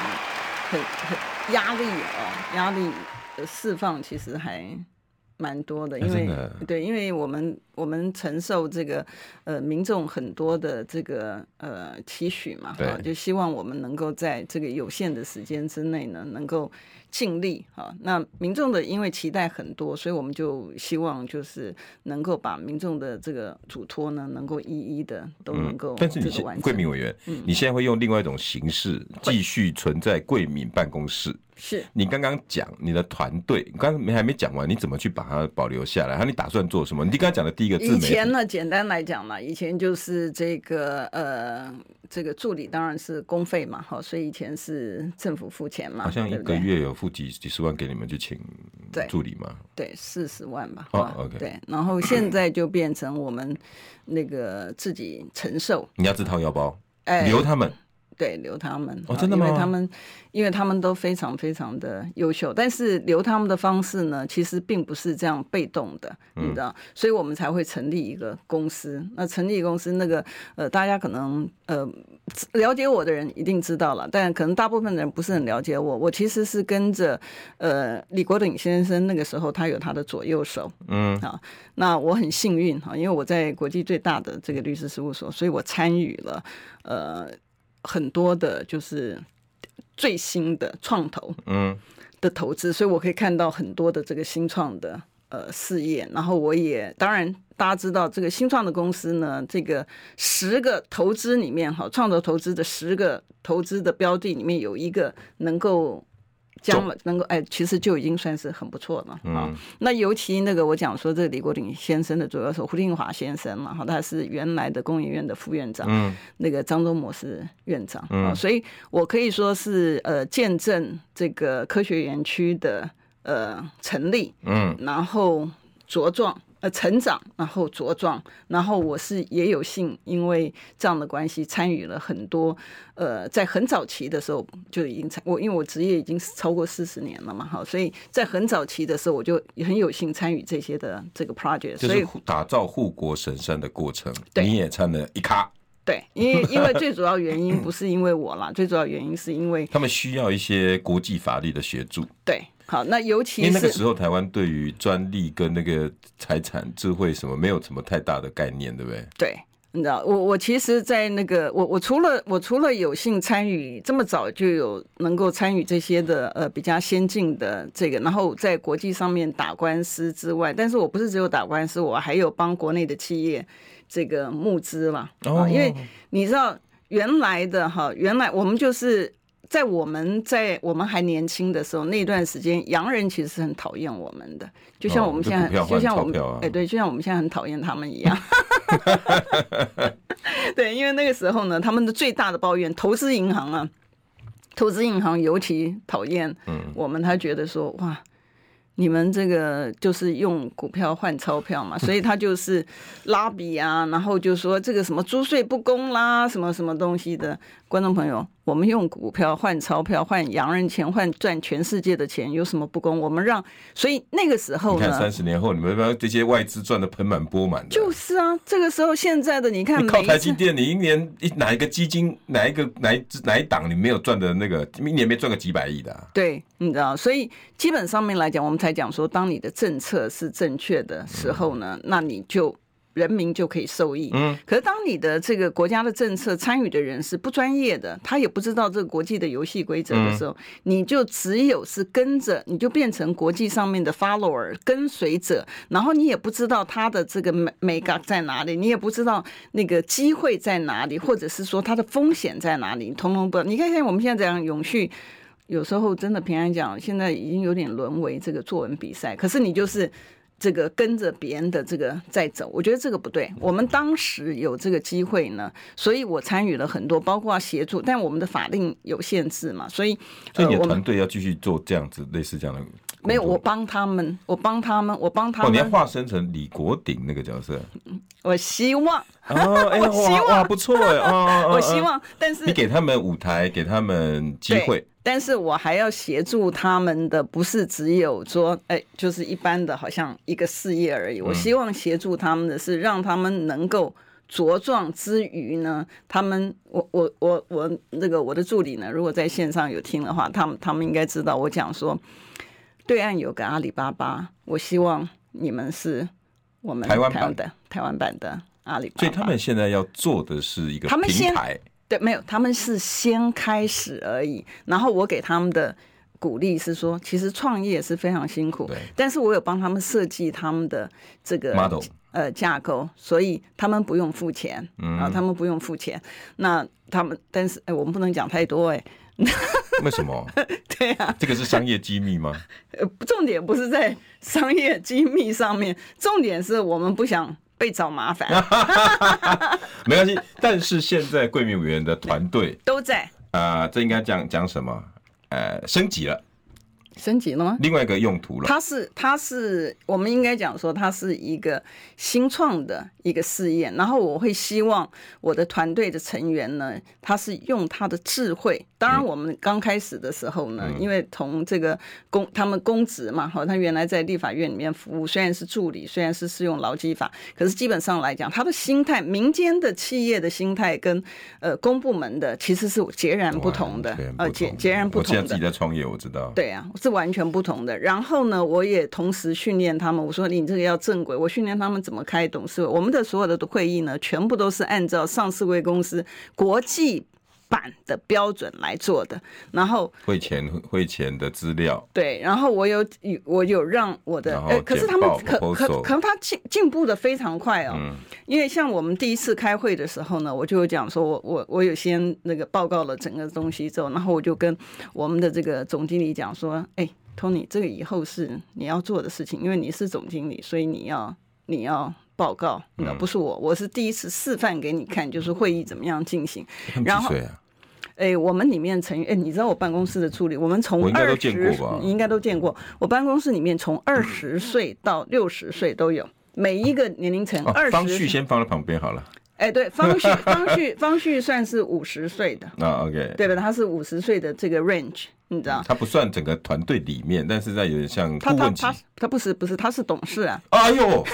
感就是很很很压力哦，压力的释放其实还蛮多的，因真为、的对，因为我们我们承受这个呃民众很多的这个呃期许嘛，对啊就希望我们能够在这个有限的时间之内呢，能够尽力啊。那民众的因为期待很多，所以我们就希望就是能够把民众的这个嘱托呢，能够一一的都能够、嗯，但是你这个现完嗯桂敏成。委员，你现在会用另外一种形式继续存在桂敏办公室。是你刚刚讲你的团队，你刚刚没还没讲完，你怎么去把它保留下来？然后你打算做什么？你刚刚讲的第一个自以媒体前呢，简单来讲嘛，以前就是这个呃，这个助理当然是公费嘛，哈，所以以前是政府付钱嘛，好像一对不个对月有付几几十万给你们去请对助理嘛？对四十万吧，哦哈 OK 对，然后现在就变成我们那个自己承受，你要自掏腰包哎，留他们，对留他们哦哈真的因吗为他们因为他们都非常非常的优秀，但是留他们的方式呢，其实并不是这样被动的，你嗯知道，所以我们才会成立一个公司。那成立公司那个呃，大家可能呃了解我的人一定知道了，但可能大部分人不是很了解我。我其实是跟着呃李国鼎先生那个时候，他有他的左右手，嗯啊，那我很幸运啊哈，因为我在国际最大的这个律师事务所，所以我参与了呃很多的就是最新的创投嗯，的投资，所以我可以看到很多的这个新创的呃事业。然后我也当然大家知道，这个新创的公司呢，这个十个投资里面哈，创投投资的十个投资的标的里面有一个能够。将了能够哎，其实就已经算是很不错了啊、那尤其那个我讲说，这个李国鼎先生的左右手胡定华先生嘛，哈，他是原来的工研院的副院长，那个张忠谋是院长，啊、所以我可以说是呃见证这个科学园区的呃成立，嗯，然后茁壮。呃，成长，然后茁壮，然后我是也有幸，因为这样的关系，参与了很多，呃，在很早期的时候就已经参，我因为我职业已经超过四十年了嘛，哈，所以在很早期的时候，我就很有幸参与这些的这个 project，就所以是打造护国神山的过程，对你也参了一咖。对，因为因为最主要原因不是因为我啦，最主要原因是因为他们需要一些国际法律的协助，对，好，那尤因为其那个是时候台湾对于专利跟那个财产智慧什么没有什么太大的概念，对不对？对。你知道，我我其实，在那个我我除了我除了有幸参与这么早就有能够参与这些的呃比较先进的这个，然后在国际上面打官司之外，但是我不是只有打官司，我还有帮国内的企业这个募资啦。啊，因为你知道原来的哈，原来我们就是在我们在我们还年轻的时候那段时间，洋人其实是很讨厌我们的，就像我们哦就现在股票，换就像我钞们票啊哎对，就像我们现在很讨厌他们一 [laughs] 样。对，因为那个时候呢，他们的最大的抱怨，投资银行啊，投资银行尤其讨厌嗯我们，他觉得说哇。你们这个就是用股票换钞票嘛，所以他就是拉比啊，然后就说这个什么租税不公啦，什么什么东西的。观众朋友，我们用股票换钞票，换洋人钱，换赚全世界的钱，有什么不公？我们让，所以那个时候你看呢三，十年后，你们把这些外资赚的盆满钵满的，啊就是啊，这个时候现在的你看，你靠每一台次积电，你一年一哪一个基金，哪一个哪一支哪一档你没有赚的那个，一年没赚个几百亿的啊、对，你知道，所以基本上面来讲，我们才讲说，当你的政策是正确的时候呢，那你就人民就可以受益。嗯，可是当你的这个国家的政策参与的人是不专业的，他也不知道这个国际的游戏规则的时候，你就只有是跟着，你就变成国际上面的 follower 跟随者，然后你也不知道他的这个美美感在哪里，你也不知道那个机会在哪里，或者是说它的风险在哪里，你通通不知道。你看，像我们现在这样永续。有时候真的平安讲，现在已经有点沦为这个作文比赛，可是你就是。这个跟着别人的这个在走，我觉得这个不对。我们当时有这个机会呢， [laughs] 所以我参与了很多，包括协助，但我们的法令有限制嘛，所以所以你的呃、我团们队要继续做这样子类似这样的工作。没有我帮他们，我帮他们，我帮他哦，你要们，化身成李国鼎那个角 [laughs] 色我希望，哦，哎、希哇望哇不错哎， [laughs] 哦，哦我希，哦望，但是你给他们舞台，给他们机对，会，但是我还要协助他们的，不是只有说，哎，就是一般的，好像一个事业而已。嗯我希望协助他们的是，让他们能够茁壮之余呢，他们，我我我我那个我的助理呢，如果在线上有听的话，他们他们应该知道我讲说，对岸有个阿里巴巴，我希望你们是我们台湾版的台湾版的阿里巴巴。所以他们现在要做的是一个他们平先台，对，没有，他们是先开始而已。然后我给他们的鼓励是说，其实创业是非常辛苦对，但是我有帮他们设计他们的这个 [laughs] Model 呃架构，所以他们不用付钱，啊，他们不用付钱。那他们，但是哎，我们不能讲太多哎、 [laughs] 为什么？对啊，这个是商业机密吗？呃，重点不是在商业机密上面，重点是我们不想被找麻 [laughs] 烦，没关系，但是现在桂民委员的团队都在啊，呃这应该讲讲什么？呃，升级了，升级了吗？另外一个用途了。它是它是我们应该讲说，它是一个新创的一个试验。然后我会希望我的团队的成员呢，他是用他的智慧。当然，我们刚开始的时候呢，嗯因为从这个公他们公职嘛，哈，他原来在立法院里面服务，虽然是助理，虽然是适用劳基法，可是基本上来讲，他的心态，民间的企业的心态跟呃公部门的其实是截然不同的完全，不呃，截截然不我同现的。在自己在创业，我知道。对啊，是完全不同的。然后呢，我也同时训练他们，我说你这个要正轨，我训练他们怎么开董事会。我们的所有的会议呢，全部都是按照上市贵公司国际版的标准来做的。然后汇钱汇钱的资料，对，然后我有我有让我的然，后哎，可是他们简可报可 proposal 嗯可他进进步的非常快哦，因为像我们第一次开会的时候呢，我就有讲说我我我有先那个报告了整个东西之后，然后我就跟我们的这个总经理讲说，哎，Tony，这个以后是你要做的事情，因为你是总经理，所以你要你要。报告，那嗯不是我，我是第一次示范给你看，就是会议怎么样进行。他们然几后岁啊？哎，我们里面成员，哎，你知道我办公室的助理，我们从我应该二都十，见过吧嗯你应该都见过。我办公室里面从二十岁到六十岁都有，每一个年龄层哦二方旭十。先放在旁边好了。哎，对，方 [laughs] 旭，方旭，方旭算是五十岁的，那啊 OK，对吧？他是五十岁的这个 range，你知道？他不算整个团队里面，但是在有点像他顾他问级他。他不是不是，他是董事啊。哎呦，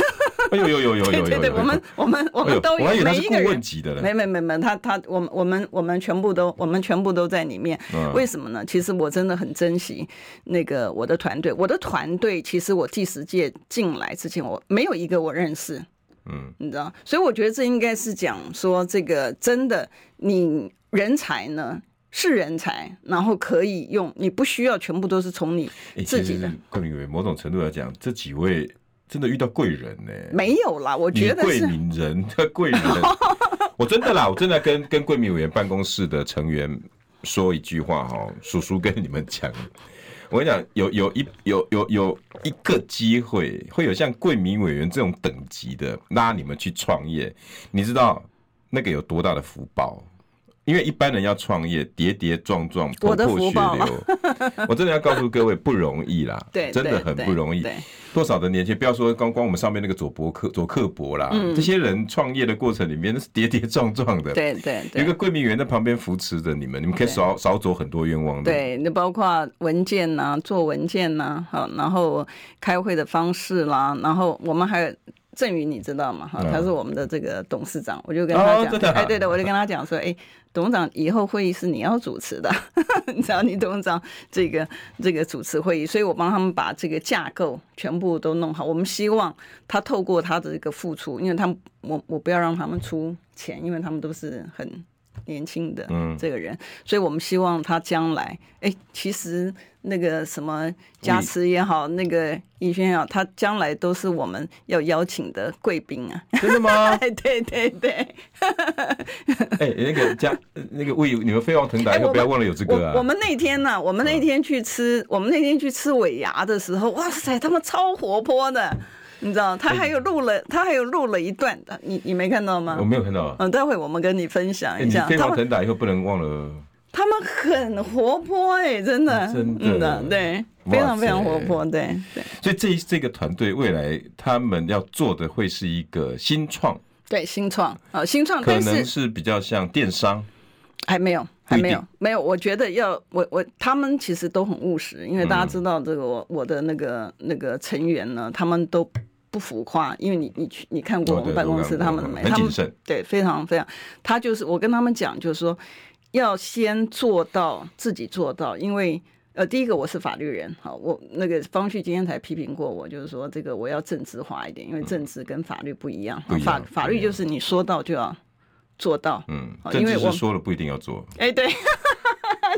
哎呦 [laughs] 呦呦呦对呦对对，呦！我们我们我哎呦们都我还以为有，他每是一顾个人问级的嘞。没没没没，他他我们我们我们全部都我们全部都在里面。嗯为什么呢？其实我真的很珍惜那个我的团队，我的团队其实我第十届进来之前，我没有一个我认识。嗯，你知道？所以我觉得这应该是讲说，这个真的你人才呢是人才，然后可以用，你不需要全部都是从你哎，自其己的。实桂林委某种程度来讲，这几位真的遇到贵人呢、没有啦，我你觉得桂是林人， [laughs] 他桂林 [laughs] 人，我真的啦，我真的跟跟桂民委员办公室的成员说一句话哈，叔叔跟你们讲，我跟你讲，有有一有有有一个机会，会有像桂民委员这种等级的拉你们去创业，你知道那个有多大的福报？因为一般人要创业，跌跌撞撞，头我的破血福报吗流， [laughs] 我真的要告诉各位，不容易啦，对，真的对很对不容易。对，多少的年轻，不要说光光我们上面那个佐伯克、佐克伯啦，这些人创业的过程里面，那是跌跌撞撞的。，嗯对对有一个对。桂明园在旁边扶持着你们，你们可以少少走很多冤枉路。，对，那包括文件呐、做文件呐、好，然后开会的方式啦，然后我们还有郑宇，你知道吗？哈，嗯他是我们的这个董事长，我就跟哦他讲，真的啊哎，对的，我就跟他讲说，哎，董事长以后会议是你要主持的， [laughs] 你知道你董事长这个这个主持会议，所以我帮他们把这个架构全部都弄好。我们希望他透过他的一个付出，因为他们我我不要让他们出钱，因为他们都是很年轻的嗯这个人，所以我们希望他将来，哎，其实那个什么加持也好，那个逸轩也好，他将来都是我们要邀请的贵宾啊。 [laughs] 真的吗？ [laughs] 哎，对对对，哎、那个家，那个魏，你们飞黄腾达哎以后我不要忘了有这个啊。嗯我我们那天呢、我们那天去吃，我们那天去吃尾牙的时候，哇塞，他们超活泼的，你知道，哎他还有录了，他还有录了一段的，你你没看到吗我？没有看到啊。嗯，待会我们跟你分享哎，一你下，飞他黄们腾达以后不能忘了。他们很活泼哎、真的，真的嗯对，哇非常非常塞活泼，对对所以这这个团队未来他们要做的会是一个新创，对，新创啊，新创，可但能是是比较像电商。还没有，不还一定没有，没有。我觉得要我我他们其实都很务实，因为大家知嗯道这个我我的那个那个成员呢，他们都不浮夸，因为你你去你看过哦我们对办公我室看他们的我没，很他们谨慎对非常非常，他就是我跟他们讲，就是说要先做到自己做到，因为。呃，第一个我是法律人，好，我那个方旭今天才批评过我，就是说这个我要政治化一点，因为政治跟法律不一样，嗯不一样法不一法律样就是你说到就要做到，嗯，哦政因为治我是说了不一定要做。哎，对， [laughs]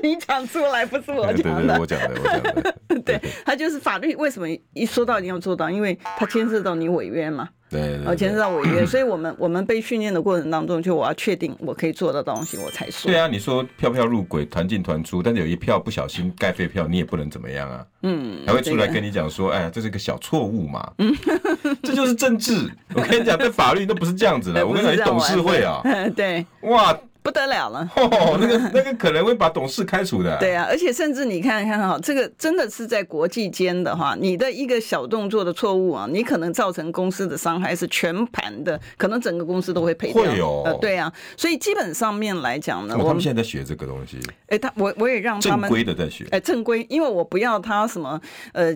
你讲出来不是我对对讲对，的我，讲的，我讲的。对，他就是法律为什么一说到你要做到，因为它牵涉到你违约嘛，对对对哦，牵涉到违 [clears throat] 约，所以我们我们被训练的过程当中，就我要确定我可以做到的东西，我才说对。啊，你说票票入轨，团进团出，但是有一票不小心盖废票，你也不能怎么样啊，嗯，啊还会出来这个跟你讲说，哎呀，这是个小错误嘛，嗯， [laughs] 这就是政治。我跟你讲，在法律都不是这样子 [laughs] 的。我跟你讲，你董事会啊，，哎不是这样玩的 [laughs] 对，哇，不得了了。哦，那个那个可能会把董事开除的。对啊，而且甚至你看看哈，这个真的是在国际间的话，你的一个小动作的错误啊，你可能造成公司的伤害是全盘的，可能整个公司都会赔掉。会哦呃，对啊，所以基本上面来讲呢，哦，我他们们现在在学这个东西，哎，他我我也让他正们规的在学，哎正规，因为我不要他什么呃，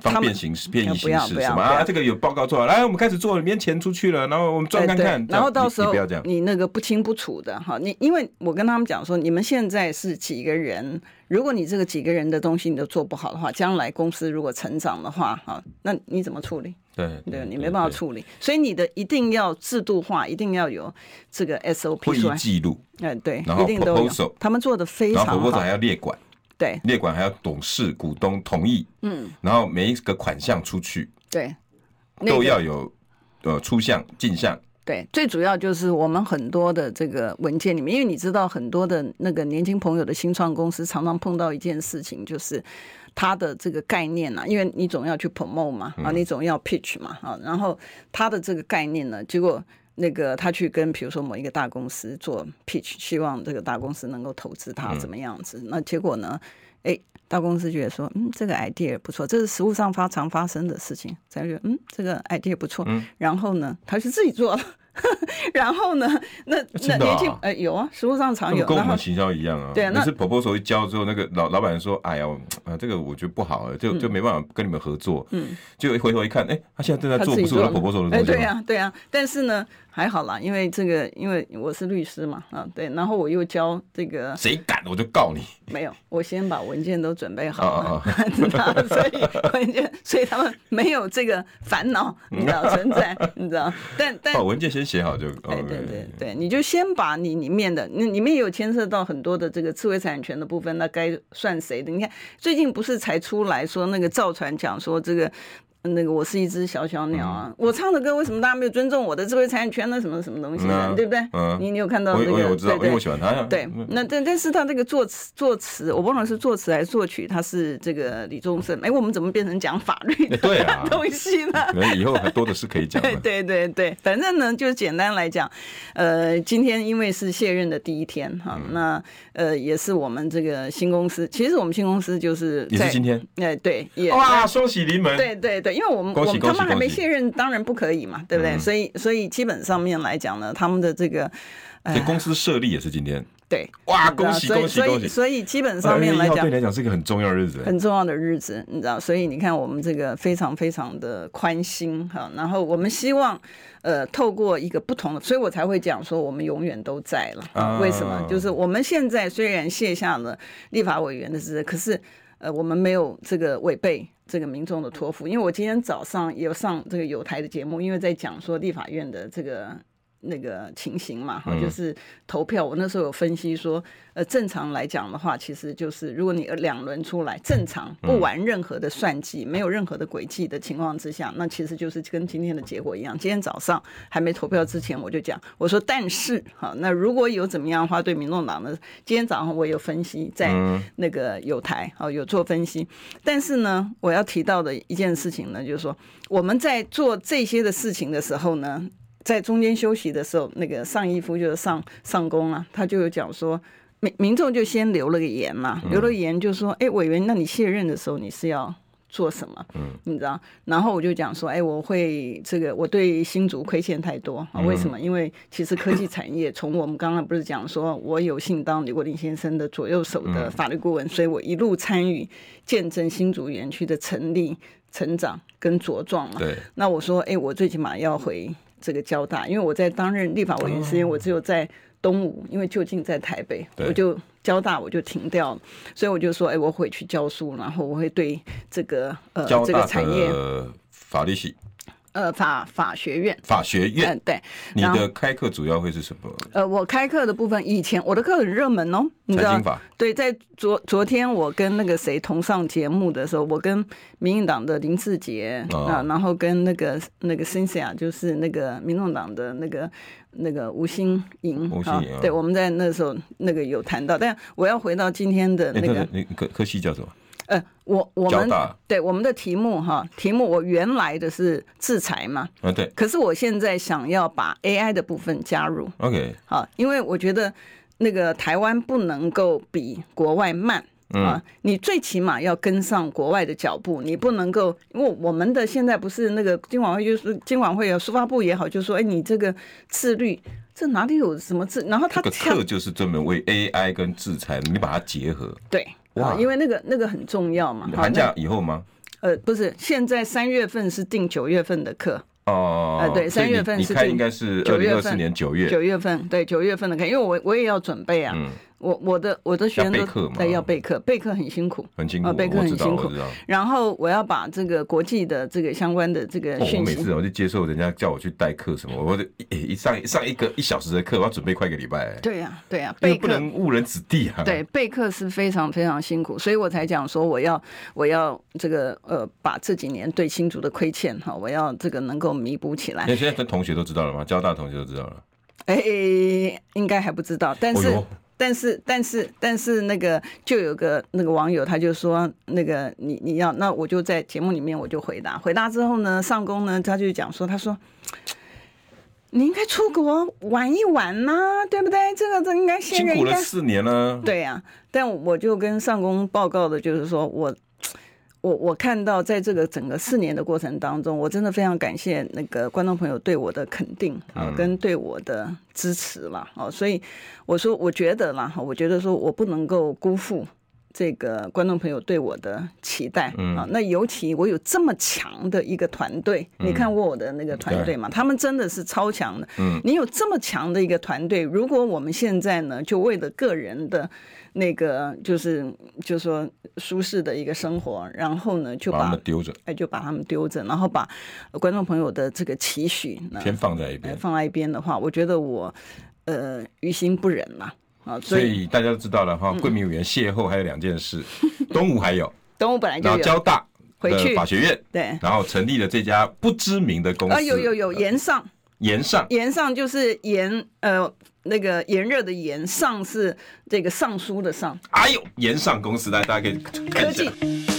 他方们便形式、便宜呃不形要式不要什么不啊？要这个有报告做好，来，我们开始做，里面钱出去了，然后我们赚哎看对看。这样然后到你时你候不要这样，你那个不清不楚的哈，你因为我跟他们讲说，你们现在是几个人，如果你这个几个人的东西你都做不好的话，将来公司如果成长的话哈，那你怎么处理？嗯对对你没办法，处理，所以你的一定要制度化，一定要有这个会 SOP 出议来。记录，哎，对，然后一定都有 proposal，他们做的非然常后好佛。还要列管。对列管还要董事、股东同意，嗯，然后每一个款项出去对，那都个要有呃出项、进项，对，最主要就是我们很多的这个文件里面，因为你知道很多的那个年轻朋友的新创公司常常碰到一件事情，就是他的这个概念啊，因为你总要去 promote 嘛，嗯啊，你总要 pitch 嘛，啊，然后他的这个概念呢，结果。那个他去跟比如说某一个大公司做 pitch，希望这个大公司能够投资他怎么样嗯子？那结果呢？哎，大公司觉得说，嗯，这个 idea 不错，这是实物嗯上发常发生的事情，才觉得嗯，这个 idea 不错。然后呢，他就自己做了。 [laughs] 然后呢，那那真的啊年轻呃有啊，实物上常有，跟我然后们行销一样啊。对啊那那是婆婆手一交之后，那个老老板说：“哎呀，啊，这个我觉得不好，嗯就就没办法跟你们合作。”嗯，就一回头一看，哎，他现在正在他做自己不是我的做婆的婆手的东哎，西吗。对呀、对呀、但是呢，还好啦，因为这个，因为我是律师嘛，啊，对，然后我又教这个谁敢我就告你。没有，我先把文件都准备好哦了， [laughs] 那所以文件，所以他们没有这个烦恼，你知道存在，你知道，但但把文件先写好就。哦哎哎对 OK 对对对，你就先把你里面的，你里面有牵涉到很多的这个智慧产权的部分，那该算谁的？你看最近不是才出来说那个赵传讲说这个。那个我是一只小小鸟啊，嗯我唱的歌为什么大家没有尊重我的智慧产权呢？什么什么东西嗯呢啊？对不对？嗯你你有看到我这个？我有我知道，对因对为我喜欢他啊嗯呀。对，那但但是他这个作词作词，我忘了是作词还是作曲，他是这个李宗盛。哎，我们怎么变成讲法律 [laughs] 的对 [laughs] 啊东西呢？ [laughs] 那以后还多的是可以讲啊的。 [laughs] 对对对，反正呢，就简单来讲，呃，今天因为是卸任的第一天哈，嗯那呃也是我们这个新公司，其实我们新公司就是也在是今天。哎、对，也哇，双喜临门。对对对，因为我们恭喜我们恭他喜们还恭没喜嗯卸任，当然不可以嘛，对不对？所以所以基本上面来讲呢，他们的这个所以公司设立也是今天。对，哇，你知道恭喜恭哎所以喜所恭以喜！所以基本上面来2月1号讲对你，来讲是一个很重要的日子。很重要的日子，你知道，所以你看我们这个非常非常的宽心哈，然后我们希望，呃，透过一个不同的，所以我才会讲说我们永远都在了。啊为什么？就是我们现在虽然卸下了立法委员的职责，可是呃，我们没有这个违背。这个民众的托付，因为我今天早上也有上这个有台的节目，因为在讲说立法院的这个那个情形嘛，哈，就是投票。我那时候有分析说，呃，正常来讲的话，其实就是如果你两轮出来，正常不玩任何的算计，没有任何的诡计的情况之下，那其实就是跟今天的结果一样。今天早上还没投票之前，我就讲，我说但是哈，那如果有怎么样的话，对民众党的，今天早上我有分析在那个有台哦有做分析，但是呢，我要提到的一件事情呢，就是说我们在做这些的事情的时候呢，在中间休息的时候，那个上一夫就是上上公啊，他就有讲说，民民众就先留了个言嘛，留了个言就说，哎、委员，那你卸任的时候你是要做什么？嗯，你知道？然后我就讲说，哎，我会这个，我对新竹亏欠太多啊，为什么？因为其实科技产业，从我们刚刚不是讲说，我有幸当李国林先生的左右手的法律顾问，所以我一路参与见证新竹园区的成立、成长跟茁壮嘛。对，那我说，哎，我最起码嗯要回这个交大，因为我在担任立法委员时间，我只有在东吴，因为就近在台北，哦对我就交大我就停掉了，所以我就说，哎，我回去教书，然后我会对这个呃交这个大产业的法律系呃法法学院，法学嗯、院，对，你然后的开课主要会是什么？呃，我开课的部分，以前我的课很热门哦，你知财道经？法对，在昨昨天我跟那个谁同上节目的时候，我跟民进党的林志杰、哦啊，然后跟那个那个 Cynthia，就是那个民众党的那个那个吴欣莹吴欣哦莹对，我们在那时候那个有谈到，但我要回到今天的哎，那个、那你科科系叫什么？呃，我我交们大对我们的题目哈，题目我原来的是制裁嘛，啊，对可是我现在想要把 AI 的部分加入， ，OK，啊，因为我觉得那个台湾不能够比国外慢。嗯啊，你最起码要跟上国外的脚步，你不能够，因为我们的现在不是那个今晚会就是今晚会有书发部也好，就说，哎，你这个自律，这哪里有什么自？然后他这个强课就是专门为 AI 跟制裁，你把它结合。对，啊哇，因为那个那个很重要嘛。好寒假以后吗？那呃，不是，现在三月份是定九月份的课，哦、呃对所以三月份你你是开定应该是二九零月二四份年九月，九月份对九月份的课，因为我我也要准备啊，嗯我我的我的学生要备课都嘛对要备课，备课很辛苦，很辛苦，啊备课我很知道，辛苦我知道。然后我要把这个国际的这个相关的这个哦、我讯每息，次我就接受人家叫我去代课什么，我就一一上上一个一小时的课，我要准备快一个礼拜、对呀、对呀、因为备不课能误人子弟啊。对，备课是非常非常辛苦，所以我才讲说我要我要这个呃把这几年对新竹的亏欠哈，我要这个能够弥补起来那。现在的同学都知道了吗？交大同学都知道了。哎，应该还不知道，但是、哦哟但是但是但是那个就有个那个网友他就说那个你你要那我就在节目里面我就回答回答之后呢上工呢他就讲说他说。你应该出国玩一玩呐、对不对？这个这应该现辛任苦应了该四年了、对呀、但我就跟上公报告的就是说我。我我看到在这个整个四年的过程当中，我真的非常感谢那个观众朋友对我的肯定啊、跟对我的支持啦哦，所以我说我觉得啦，我觉得说我不能够辜负。这个观众朋友对我的期待、嗯啊，那尤其我有这么强的一个团队，嗯你看过我的那个团队嘛？他们真的是超强的。嗯，你有这么强的一个团队，如果我们现在呢，就为了个人的那个，就是就说舒适的一个生活，然后呢，就把他把们丢着，哎就把他们丢着，然后把呃观众朋友的这个期许呢，先放在一哎边。放在一边的话，我觉得我呃于心不忍嘛啊，所所以嗯以大家都知道了哈，桂民委员邂逅还有两件 [laughs] 事，东吴还有，等我本来就然后有交大回的去法学院，对然后成立了这家不知名的公司，啊有有有延上。延上，炎上就是炎，呃，那个炎热的炎，上是这个尚书的尚，哎呦，延上公司，来大家可以看科一下技，